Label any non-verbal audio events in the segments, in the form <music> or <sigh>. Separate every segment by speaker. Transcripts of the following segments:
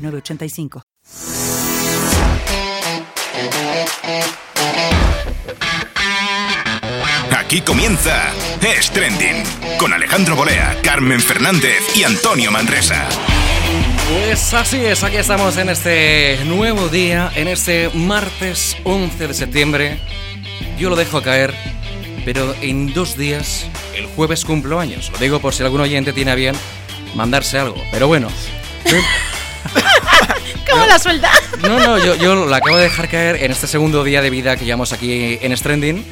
Speaker 1: 985.
Speaker 2: Aquí comienza Es Trending con Alejandro Bolea, Carmen Fernández y Antonio Manresa.
Speaker 3: Pues así es, aquí estamos en este nuevo día, en este martes 11 de septiembre. Yo lo dejo caer, pero en dos días, el jueves cumplo años. Lo digo por si algún oyente tiene a bien mandarse algo. Pero bueno,
Speaker 4: ¿Cómo la suelta?
Speaker 3: No, no, yo, yo la acabo de dejar caer en este segundo día de vida que llevamos aquí en Stranding.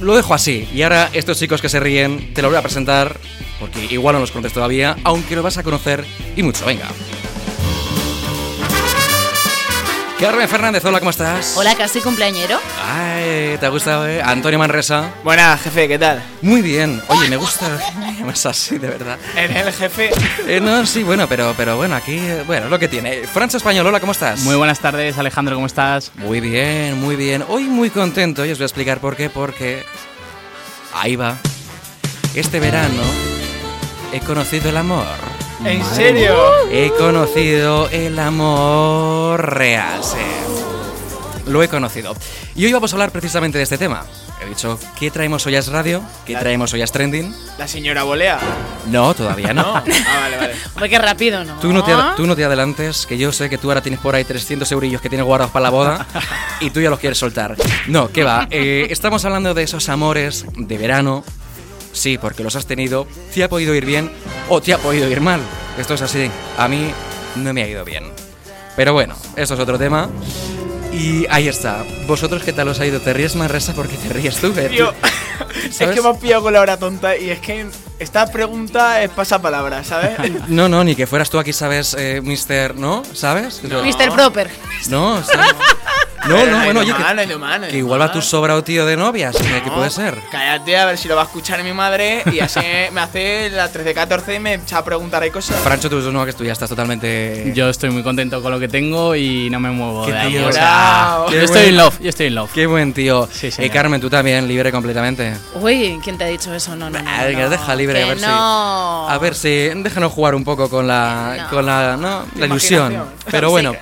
Speaker 3: Lo dejo así. Y ahora estos chicos que se ríen, te lo voy a presentar, porque igual no los conoces todavía, aunque lo vas a conocer y mucho. Venga. Carmen Fernández, hola, ¿cómo estás?
Speaker 4: Hola, casi cumpleañero.
Speaker 3: Ay, ¿te ha gustado, eh? Antonio Manresa.
Speaker 5: Buenas, jefe, ¿qué tal?
Speaker 3: Muy bien. Oye, me gusta más así, de verdad.
Speaker 5: Eres el jefe.
Speaker 3: Eh, no, sí, bueno, pero, pero bueno, aquí, eh, bueno, es lo que tiene. Francia Español, hola, ¿cómo estás?
Speaker 6: Muy buenas tardes, Alejandro, ¿cómo estás?
Speaker 3: Muy bien, muy bien. Hoy muy contento y os voy a explicar por qué, porque ahí va. Este verano he conocido el amor.
Speaker 5: ¿En serio?
Speaker 3: He conocido el amor real. sí. Lo he conocido. Y hoy vamos a hablar precisamente de este tema. He dicho, ¿qué traemos hoy a Es Radio? ¿Qué traemos hoy a Es Trending?
Speaker 5: La señora volea.
Speaker 3: No, todavía no.
Speaker 5: Ah, vale, vale.
Speaker 4: Hombre, qué rápido, ¿no?
Speaker 3: Tú no, te, ad- tú no te adelantes, que yo sé que tú ahora tienes por ahí 300 eurillos que tienes guardados para la boda y tú ya los quieres soltar. No, ¿qué va? Eh, estamos hablando de esos amores de verano. Sí, porque los has tenido. Te ha podido ir bien o te ha podido ir mal. Esto es así. A mí no me ha ido bien. Pero bueno, eso es otro tema. Y ahí está. ¿Vosotros qué tal os ha ido? ¿Te ríes más resa porque te ríes tú? eh?
Speaker 5: <laughs> Tío, <laughs> es
Speaker 3: ¿Sabes?
Speaker 5: que me has pillado con la hora tonta y es que esta pregunta es pasapalabra, <laughs> ¿sabes?
Speaker 3: No, no, ni que fueras tú aquí, ¿sabes, eh, Mister? ¿No? ¿Sabes?
Speaker 4: Mr. Proper.
Speaker 3: No, ¿sabes? No,
Speaker 5: Pero
Speaker 3: no,
Speaker 5: hay
Speaker 3: bueno,
Speaker 5: de
Speaker 3: oye,
Speaker 5: mal,
Speaker 3: que-
Speaker 5: hay de mal, hay
Speaker 3: Que
Speaker 5: de
Speaker 3: igual
Speaker 5: mal.
Speaker 3: va tu sobrado tío de novias, ¿qué
Speaker 5: No,
Speaker 3: puede ser?
Speaker 5: Cállate, a ver si lo va a escuchar mi madre y así <laughs> me hace la 13-14 y me echa a preguntar ahí cosas.
Speaker 3: Francho, tú no, que tú ya estás totalmente...
Speaker 6: Yo estoy muy contento con lo que tengo y no me muevo
Speaker 3: Qué
Speaker 6: de ahí.
Speaker 3: tío,
Speaker 6: o sea,
Speaker 5: bravo.
Speaker 6: yo
Speaker 3: Qué
Speaker 6: estoy
Speaker 3: bueno.
Speaker 6: in love, yo estoy in love.
Speaker 3: Qué buen tío.
Speaker 6: Sí,
Speaker 3: y
Speaker 6: señor.
Speaker 3: Carmen, tú también, libre completamente.
Speaker 4: Uy, ¿quién te ha dicho eso? No, no, no.
Speaker 3: Ay, que
Speaker 4: no.
Speaker 3: deja libre,
Speaker 4: Que
Speaker 3: a ver si-
Speaker 4: No.
Speaker 3: A ver si... Déjanos jugar un poco con la...
Speaker 4: No.
Speaker 3: Con la, ¿no? la ilusión.
Speaker 5: imaginación.
Speaker 3: Pero bueno.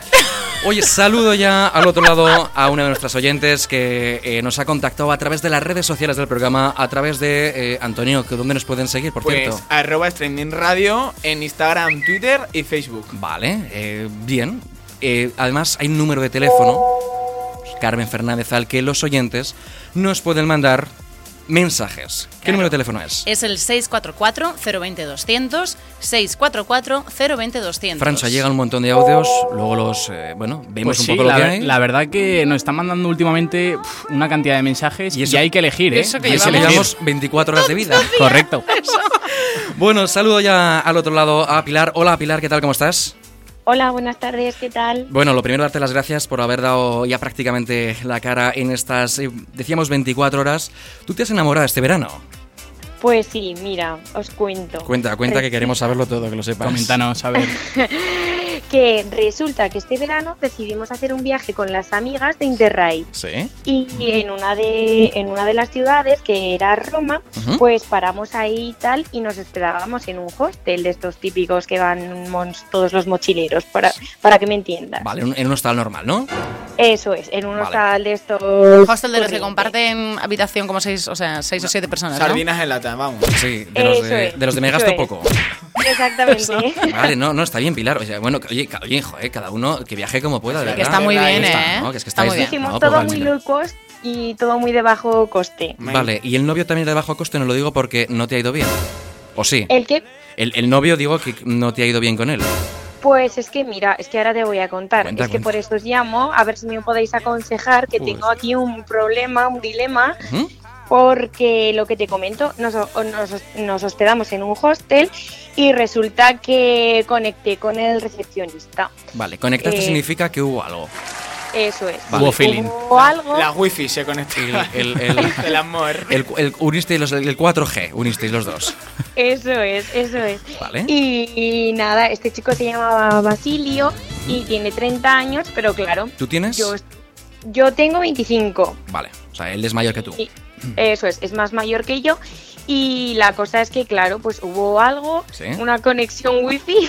Speaker 3: Oye, saludo ya al otro lado a una de nuestras oyentes que eh, nos ha contactado a través de las redes sociales del programa, a través de... eh, Antonio, que ¿dónde nos pueden seguir, por
Speaker 5: Pues
Speaker 3: cierto?
Speaker 5: arroba Stranding Radio en Instagram, Twitter y Facebook.
Speaker 3: Vale, eh, bien. Eh, además, hay un número de teléfono, Carmen Fernández, al que los oyentes nos pueden mandar mensajes. ¿Qué número de teléfono es?
Speaker 4: Es el 644-020-200, 644-020-200.
Speaker 3: Francia, llega un montón de audios, luego los, eh, bueno, vemos
Speaker 6: Pues
Speaker 3: un
Speaker 6: sí,
Speaker 3: poco lo
Speaker 6: la,
Speaker 3: que
Speaker 6: ver-
Speaker 3: hay.
Speaker 6: la verdad que nos están mandando últimamente pf, una cantidad de mensajes
Speaker 3: Y
Speaker 6: y,
Speaker 3: eso-
Speaker 6: hay que elegir, ¿eh?
Speaker 3: Eso que
Speaker 6: Hay
Speaker 3: llevamos,
Speaker 6: elegir.
Speaker 3: 24 horas de vida. <laughs>
Speaker 6: Correcto.
Speaker 3: Bueno, saludo ya al otro lado a Pilar. Hola Pilar, ¿qué tal? ¿Cómo estás?
Speaker 7: Hola, buenas tardes, ¿qué tal?
Speaker 3: Bueno, lo primero darte las gracias por haber dado ya prácticamente la cara en estas, eh, decíamos 24 horas. ¿Tú te has enamorado este verano?
Speaker 7: Pues sí, mira, os cuento.
Speaker 3: Cuenta, cuenta que
Speaker 7: Re-
Speaker 3: queremos saberlo todo, que lo sepas.
Speaker 6: Coméntanos, a ver.
Speaker 7: que resulta que este verano decidimos hacer un viaje con las amigas de Interrail
Speaker 3: Sí.
Speaker 7: y en una de en una de las ciudades que era Roma,
Speaker 3: Ujú.
Speaker 7: pues paramos ahí y tal y nos esperábamos en un hostel de estos típicos que van mons- todos los mochileros para para que me entiendas.
Speaker 3: Vale, en en un hostal normal, ¿no?
Speaker 7: Eso es, en un
Speaker 3: Vale.
Speaker 7: hostal de estos pues, eh,
Speaker 4: Hostel de los que
Speaker 7: corrientes.
Speaker 4: comparten habitación como seis, o sea, seis o siete personas, ¿no?
Speaker 5: Sardinas en lata, vamos.
Speaker 3: Sí, de los
Speaker 7: Eso
Speaker 3: de,
Speaker 7: es,
Speaker 3: de los de me
Speaker 7: eso
Speaker 3: gasto
Speaker 7: es.
Speaker 3: poco.
Speaker 4: <laughs>
Speaker 7: Exactamente.
Speaker 3: Vale, no, no, está bien, Pilar. O sea, bueno, que- oye, ca- oye, joder, cada uno que viaje como pueda, de
Speaker 4: Que
Speaker 3: verdad.
Speaker 4: está muy
Speaker 5: Ahí
Speaker 4: bien,
Speaker 3: está,
Speaker 4: ¿eh?
Speaker 3: ¿no? Que es que
Speaker 4: está
Speaker 3: estáis
Speaker 4: muy bien.
Speaker 7: Hicimos
Speaker 3: No, pues
Speaker 7: todo
Speaker 3: vale.
Speaker 7: muy low cost y todo muy de bajo coste.
Speaker 3: Vale, y el novio también de bajo coste, no lo digo porque no te ha ido bien. ¿O sí?
Speaker 7: El que
Speaker 3: El, el novio, digo que no te ha ido bien con él.
Speaker 7: Pues es que mira, es que ahora te voy a contar.
Speaker 3: Cuenta,
Speaker 7: es que
Speaker 3: cuenta.
Speaker 7: por eso os llamo, a ver si me podéis aconsejar, que
Speaker 3: Joder.
Speaker 7: tengo aquí un problema, un dilema,
Speaker 3: Ujú.
Speaker 7: porque lo que te comento, nos, o- nos, nos hospedamos en un hostel y resulta que conecté con el recepcionista.
Speaker 3: Vale, conectaste
Speaker 7: Eh,
Speaker 3: significa que hubo algo.
Speaker 7: Eso es.
Speaker 3: Vale.
Speaker 6: Hubo feeling.
Speaker 7: Hubo algo.
Speaker 5: La wifi se conectó.
Speaker 3: El, el, el,
Speaker 5: El amor.
Speaker 3: el- el- unisteis los, el 4G, unisteis los dos.
Speaker 7: Eso es, eso es.
Speaker 3: Vale.
Speaker 7: Y, nada, este chico se llamaba Basilio y tiene 30 años, pero claro,
Speaker 3: ¿Tú tienes?
Speaker 7: yo, yo tengo 25.
Speaker 3: Vale, o sea, él es mayor que tú.
Speaker 7: Y- eso es, es más mayor que yo. Y la cosa es que, claro, pues hubo algo,
Speaker 3: Sí.
Speaker 7: una conexión
Speaker 3: <laughs>
Speaker 7: wifi.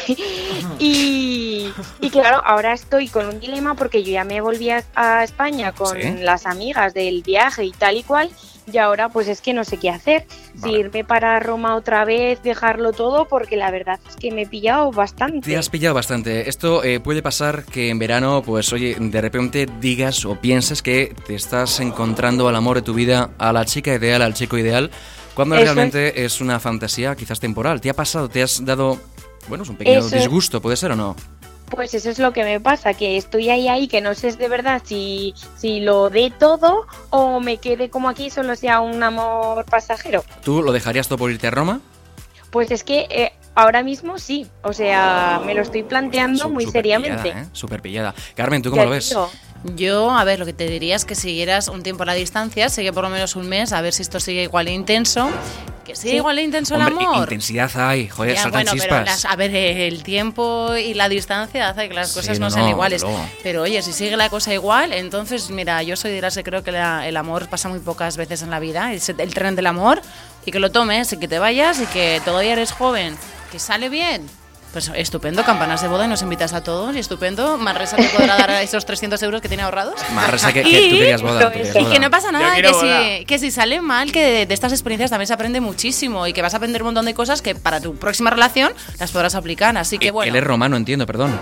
Speaker 7: Y, y claro, ahora estoy con un dilema porque yo ya me volví a, a España con
Speaker 3: Sí.
Speaker 7: las amigas del viaje y tal y cual. Y ahora pues es que no sé qué hacer.
Speaker 3: Vale.
Speaker 7: Si irme para Roma otra vez, dejarlo todo, porque la verdad es que me he pillado bastante.
Speaker 3: Te has pillado bastante. Esto eh, puede pasar que en verano, pues oye, de repente digas o pienses que te estás encontrando al amor de tu vida, a la chica ideal, al chico ideal, cuando
Speaker 7: Eso
Speaker 3: realmente es una fantasía quizás temporal. ¿Te ha pasado? ¿Te has dado, bueno, es un pequeño
Speaker 7: Eso es.
Speaker 3: disgusto, puede ser o no?
Speaker 7: Pues eso es lo que me pasa, que estoy ahí ahí, que no sé de verdad si, si lo dé todo o me quede como aquí, solo sea un amor pasajero.
Speaker 3: ¿Tú lo dejarías todo por irte a Roma?
Speaker 7: Pues es que eh, ahora mismo sí, o sea, me lo estoy planteando
Speaker 3: Su-
Speaker 7: muy
Speaker 3: Pues súper
Speaker 7: seriamente.
Speaker 3: pillada, ¿eh? Súper pillada. Carmen, ¿tú cómo
Speaker 7: Ya
Speaker 3: lo ves?
Speaker 7: digo,
Speaker 4: Yo, a ver, lo que te diría es que siguieras un tiempo a la distancia, sigue por lo menos un mes, a ver si esto sigue igual de intenso. Que sigue
Speaker 7: Sí.
Speaker 4: igual de intenso
Speaker 3: Hombre,
Speaker 4: el amor.
Speaker 3: intensidad hay, joder,
Speaker 4: Ya,
Speaker 3: saltan
Speaker 4: bueno, pero
Speaker 3: chispas.
Speaker 4: las- a ver, eh, el tiempo y la distancia hace que las
Speaker 3: Sí,
Speaker 4: cosas
Speaker 3: no,
Speaker 4: no, sean
Speaker 3: no,
Speaker 4: iguales.
Speaker 3: desde luego.
Speaker 4: Pero oye, si sigue la cosa igual, entonces, mira, yo soy de las que creo que la- el amor pasa muy pocas veces en la vida, es el tren del amor, y que lo tomes, y que te vayas, y que todavía eres joven, que sale bien. Pues estupendo, campanas de boda y nos invitas a todos, y estupendo, Manresa te podrá dar esos 300 euros que tiene ahorrados.
Speaker 3: Más resa que,
Speaker 4: Y-
Speaker 3: que
Speaker 7: <laughs>
Speaker 3: tú querías boda.
Speaker 7: esto
Speaker 3: tú querías
Speaker 7: es-
Speaker 4: Y
Speaker 3: boda. Eh,
Speaker 4: que no pasa
Speaker 5: Yo
Speaker 4: nada,
Speaker 5: quiero
Speaker 4: que
Speaker 5: boda.
Speaker 4: si, que si sale mal, que de, de estas experiencias también se aprende muchísimo y que vas a aprender un montón de cosas que para tu próxima relación las podrás aplicar. Así que
Speaker 3: Eh,
Speaker 4: bueno,
Speaker 3: Él es romano, entiendo, perdón.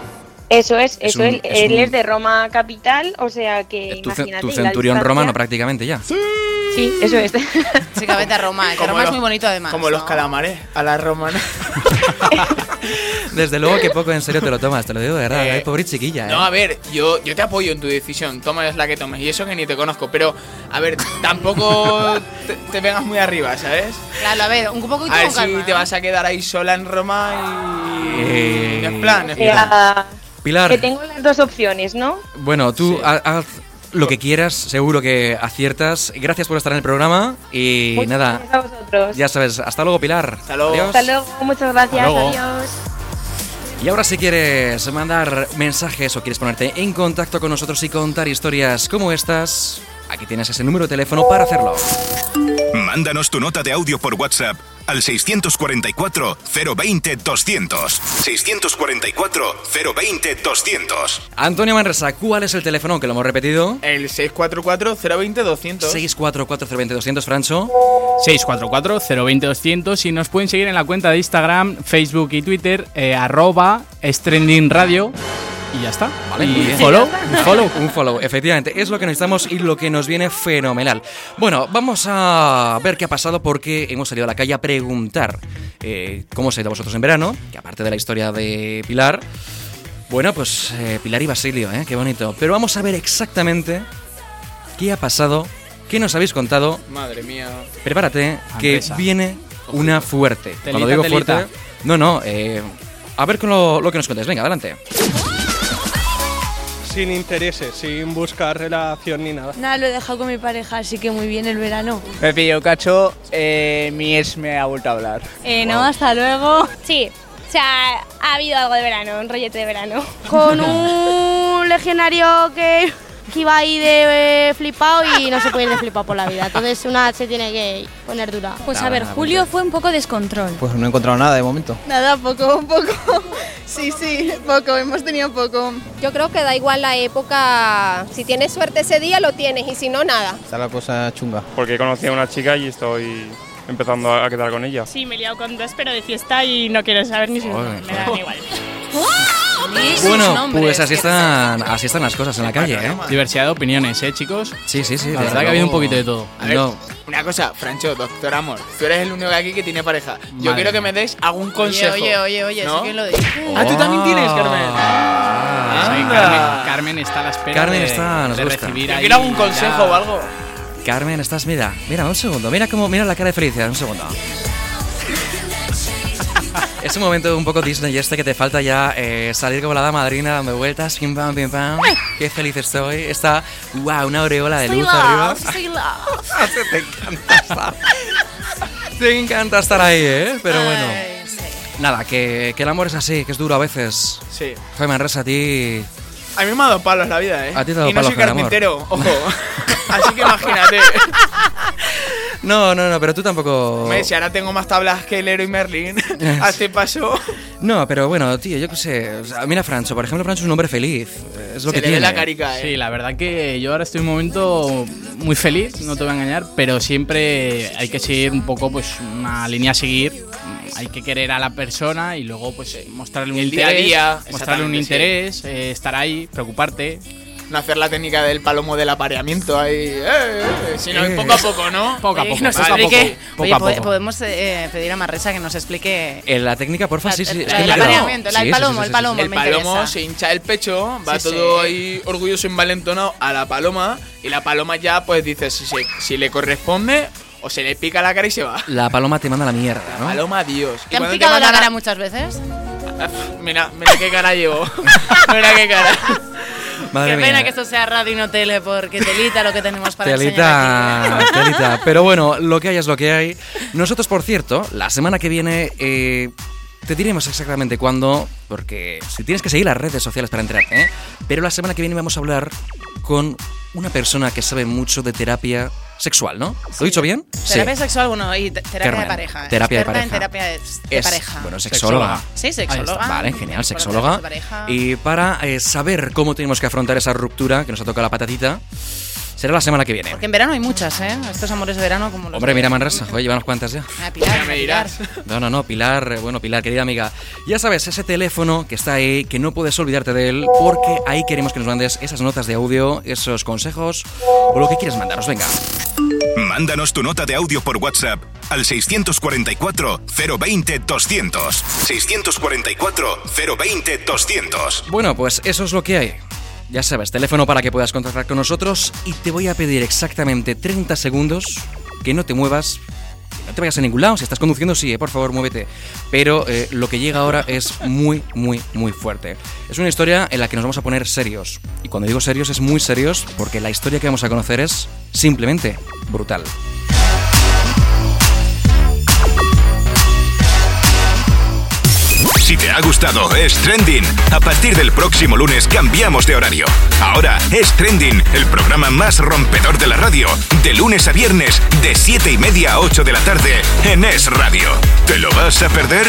Speaker 7: Eso es, eso
Speaker 3: un-
Speaker 7: es,
Speaker 3: es
Speaker 7: él
Speaker 3: un-
Speaker 7: es de Roma capital, o sea que
Speaker 3: Eh, tu, ce-
Speaker 7: imagínate.
Speaker 3: tu
Speaker 7: la
Speaker 3: centurión
Speaker 7: distancia-
Speaker 3: romano prácticamente ya.
Speaker 7: Sí, eso es. <laughs>
Speaker 4: chica, vete a Roma,
Speaker 5: <laughs>
Speaker 4: que Roma es muy bonito además.
Speaker 5: Como los
Speaker 4: ¿no?
Speaker 5: calamares a la romana.
Speaker 3: Desde luego que poco en serio te lo tomas, te lo digo de verdad.
Speaker 5: Eh,
Speaker 3: eh, pobre chiquilla,
Speaker 5: No, a
Speaker 3: eh.
Speaker 5: ver, yo, yo te apoyo en tu decisión. Toma es la que tomes. Y eso que ni te conozco. Pero, a ver, tampoco te, te vengas muy arriba, ¿sabes?
Speaker 4: Claro, a ver, un poco
Speaker 5: A ver
Speaker 4: con calma.
Speaker 5: si te vas a quedar ahí sola en Roma y.
Speaker 3: Eh,
Speaker 5: No es plan, no
Speaker 7: O
Speaker 5: es plan.
Speaker 7: sea, que
Speaker 3: Pilar,
Speaker 7: tengo las dos opciones, ¿no?
Speaker 3: bueno, tú ha- haz lo que quieras, seguro que aciertas. Gracias por estar en el programa y
Speaker 7: Muchas
Speaker 3: nada,
Speaker 7: gracias a vosotros.
Speaker 3: ya sabes, hasta luego Pilar.
Speaker 5: Hasta luego.
Speaker 3: Adiós.
Speaker 7: Hasta luego, muchas gracias,
Speaker 3: Hasta luego.
Speaker 7: adiós.
Speaker 3: Y ahora si quieres mandar mensajes o quieres ponerte en contacto con nosotros y contar historias como estas, aquí tienes ese número de teléfono para hacerlo.
Speaker 2: Mándanos tu nota de audio por WhatsApp al 644-020-200. 644-020-200.
Speaker 3: Antonio Manresa, ¿cuál es el teléfono? Que lo hemos repetido.
Speaker 5: El 644-020-200.
Speaker 3: 644 Francho.
Speaker 6: 644-020-200 y nos pueden seguir en la cuenta de Instagram, Facebook y Twitter, eh, arroba Stranding Radio y ya está.
Speaker 3: Vale, muy
Speaker 6: y
Speaker 3: bien. <laughs>
Speaker 6: follow, un follow.
Speaker 3: Un follow, efectivamente, es lo que necesitamos y lo que nos viene fenomenal. Bueno, vamos a ver qué ha pasado porque hemos salido a la calle a preguntar eh, cómo se ha ido a vosotros en verano, que aparte de la historia de Pilar, bueno, pues eh, Pilar y Basilio, ¿eh? qué bonito. Pero vamos a ver exactamente qué ha pasado, qué nos habéis contado.
Speaker 5: Madre mía.
Speaker 3: Prepárate, que
Speaker 6: Empresa.
Speaker 3: viene una fuerte. Cuando
Speaker 6: Telita,
Speaker 3: digo
Speaker 6: telita.
Speaker 3: fuerte, no, no, eh, a ver con lo, lo que nos contáis. Venga, adelante.
Speaker 8: Sin intereses, sin buscar relación ni nada.
Speaker 9: Nada, lo he dejado con mi pareja, así que muy bien el verano.
Speaker 10: Me pilló cacho, eh, mi ex me ha vuelto a hablar.
Speaker 9: Eh, No, hasta luego.
Speaker 11: Sí, o sea, ha habido algo de verano, un rollete de verano. Con un legionario que, que iba ahí de eh, flipado y no se puede ir de flipado por la vida. Entonces una se tiene que poner dura.
Speaker 9: Pues
Speaker 3: Nada,
Speaker 9: a ver,
Speaker 3: nada,
Speaker 9: julio fue un poco descontrol.
Speaker 10: Pues no he encontrado nada de momento.
Speaker 11: Nada, poco, poco. Sí, sí, poco, hemos tenido poco. Yo creo que da igual la época, si tienes suerte ese día lo tienes y si no, nada.
Speaker 10: Está la cosa chunga.
Speaker 8: Porque conocí a una chica y estoy empezando a quedar con ella.
Speaker 11: Sí, me he liado con dos, pero de fiesta y no quiero saber ni si
Speaker 3: Joder, me
Speaker 11: dan igual.
Speaker 4: Ni sus
Speaker 3: Bueno,
Speaker 4: nombres,
Speaker 3: pues así
Speaker 4: que-
Speaker 3: están, así están las cosas en la calle, ¿eh?
Speaker 6: Diversidad de opiniones, ¿eh, chicos?
Speaker 3: Sí, sí, sí.
Speaker 6: La
Speaker 3: desde
Speaker 6: verdad que ha habido
Speaker 3: luego.
Speaker 6: un poquito de todo.
Speaker 5: A ver,
Speaker 3: No.
Speaker 5: una cosa, Francho, doctor amor, tú eres el único de aquí que tiene pareja. Yo
Speaker 6: Madre
Speaker 5: quiero que
Speaker 6: mía.
Speaker 5: me des algún
Speaker 4: Oye,
Speaker 5: consejo.
Speaker 4: oye, oye, oye,
Speaker 5: ¿no?
Speaker 4: eso quién lo dice.
Speaker 5: Ah, tú también tienes, Carmen.
Speaker 6: Ah, sí,
Speaker 5: Anda.
Speaker 6: Carmen, Carmen está a la espera
Speaker 3: Carmen
Speaker 6: de,
Speaker 3: está, nos
Speaker 6: de
Speaker 3: gusta.
Speaker 6: recibir
Speaker 5: Yo
Speaker 6: ahí
Speaker 5: quiero algún consejo
Speaker 6: ya-
Speaker 5: o algo.
Speaker 3: Carmen, estás, mira, mira, un segundo, mira cómo, mira la cara de felicidad, un
Speaker 6: <laughs>
Speaker 3: segundo. Es un momento un poco Disney este que te falta ya eh, salir como la dama madrina dando vueltas, pim pam, pim pam. Qué feliz estoy. Está, wow, una aureola de
Speaker 12: Soy
Speaker 3: luz
Speaker 12: love,
Speaker 3: arriba.
Speaker 12: soy
Speaker 3: <laughs>
Speaker 12: love.
Speaker 3: te encanta estar. Te encanta estar ahí, ¿eh? Pero bueno. Nada, que, que el amor es así, que es duro a veces.
Speaker 5: Sí.
Speaker 3: Jaime Manresa, a ti.
Speaker 5: A mí me ha dado palos la vida, ¿eh?
Speaker 3: A ti te ha dado
Speaker 5: y no
Speaker 3: palos
Speaker 5: soy
Speaker 3: con el amor. <laughs>
Speaker 5: carpintero, ojo. Así que imagínate.
Speaker 3: No, no, no, pero tú tampoco.
Speaker 5: Me si ahora tengo más tablas que Lero
Speaker 3: <laughs>
Speaker 5: y Merlin. Hace paso.
Speaker 3: No, pero bueno, tío, yo qué sé. O sea, mira a Francho, por ejemplo, Francho es un hombre feliz. Es lo que tiene.
Speaker 5: ¿eh?
Speaker 6: Sí, la verdad que yo ahora estoy en un momento muy feliz, no te voy a engañar, pero siempre hay que seguir un poco pues una línea a seguir. Hay que querer a la persona y luego pues eh, mostrarle un
Speaker 5: El día a
Speaker 6: interés,
Speaker 5: día,
Speaker 6: mostrarle un
Speaker 5: exactamente, sí.
Speaker 6: interés, eh, estar ahí, preocuparte.
Speaker 5: No hacer la técnica del palomo del apareamiento ahí. eh, eh, sino
Speaker 6: Eh.
Speaker 5: poco a poco, ¿no?
Speaker 6: Poco a
Speaker 4: Oye,
Speaker 6: poco,
Speaker 4: que nos
Speaker 6: poco a
Speaker 4: explique-
Speaker 3: poco.
Speaker 4: Oye,
Speaker 3: Poco a
Speaker 4: po-
Speaker 3: poco.
Speaker 4: podemos eh, pedir a Marresa que nos explique.
Speaker 3: En la técnica, porfa, sí, sí.
Speaker 4: la-
Speaker 3: es que
Speaker 4: la del
Speaker 3: me he quedado-
Speaker 4: apareamiento, la
Speaker 3: sí,
Speaker 4: del
Speaker 3: sí,
Speaker 4: palomo,
Speaker 3: sí,
Speaker 4: el
Speaker 3: sí,
Speaker 4: palomo.
Speaker 5: El
Speaker 4: me
Speaker 5: palomo
Speaker 4: interesa.
Speaker 5: se hincha el pecho, va
Speaker 4: Sí,
Speaker 5: todo
Speaker 4: sí.
Speaker 5: ahí orgulloso, envalentonado a la paloma. Y la paloma ya, pues dice si, se- si le corresponde o se le pica la cara y se va.
Speaker 3: sí. La paloma te manda a la mierda, ¿no?
Speaker 5: Paloma, Dios. Y
Speaker 4: ¿Te han
Speaker 5: cuando
Speaker 4: picado la
Speaker 5: mandan
Speaker 4: cara
Speaker 5: a-
Speaker 4: muchas veces?
Speaker 5: Mira, mira qué cara llevo. <laughs> mira qué cara.
Speaker 3: Madre
Speaker 4: Qué
Speaker 3: mía.
Speaker 4: pena que esto sea radio y no tele, porque telita lo que tenemos para enseñar
Speaker 3: Telita,
Speaker 4: aquí.
Speaker 3: <laughs> telita. Pero bueno, lo que hay es lo que hay. Nosotros, por cierto, la semana que viene eh, te diremos exactamente cuándo, porque si tienes que seguir las redes sociales para enterarte. ¿eh? Pero la semana que viene vamos a hablar con una persona que sabe mucho de terapia sexual, ¿no? ¿Lo he dicho bien?
Speaker 4: Terapia sexual, bueno, y te- terapia
Speaker 3: Carmen,
Speaker 4: de pareja. ¿eh?
Speaker 3: terapia de
Speaker 4: Experta en
Speaker 3: pareja.
Speaker 4: terapia de, de
Speaker 3: Es,
Speaker 4: pareja.
Speaker 3: Bueno, sexóloga.
Speaker 4: Sí,
Speaker 3: Ahí
Speaker 4: sexóloga.
Speaker 3: está. Vale, genial,
Speaker 4: Conocer a tu
Speaker 3: sexóloga.
Speaker 4: pues pareja.
Speaker 3: Y para eh, saber cómo tenemos que afrontar esa ruptura que nos ha tocado la patatita, será la semana que viene.
Speaker 4: Porque en verano hay muchas, ¿eh? Estos amores de verano como los...
Speaker 3: Hombre, mira Manresa, oye, llevan unas cuantas ya.
Speaker 4: Ah, Pilar,
Speaker 5: me
Speaker 4: Pilar.
Speaker 3: No, no, no, Pilar, eh, bueno, Pilar, querida amiga, ya sabes, ese teléfono que está ahí, que no puedes olvidarte de él, porque ahí queremos que nos mandes esas notas de audio, esos consejos, o lo que quieras mandaros, venga.
Speaker 2: Mándanos tu nota de audio por WhatsApp al 644-020-200. 644-020-200.
Speaker 3: Bueno, pues eso es lo que hay. Ya sabes, teléfono para que puedas contactar con nosotros y te voy a pedir exactamente 30 segundos que no te muevas, que no te vayas a ningún lado. Si estás conduciendo, sí, eh, por favor, muévete. Pero eh, lo que llega ahora es muy, muy, muy fuerte. Es una historia en la que nos vamos a poner serios. Y cuando digo serios es muy serios porque la historia que vamos a conocer es simplemente brutal.
Speaker 2: Si te ha gustado Es Trending, a partir del próximo lunes cambiamos de horario. Ahora Es Trending, el programa más rompedor de la radio, de lunes a viernes, de 7 y media a 8 de la tarde, en Es Radio. ¿Te lo vas a perder?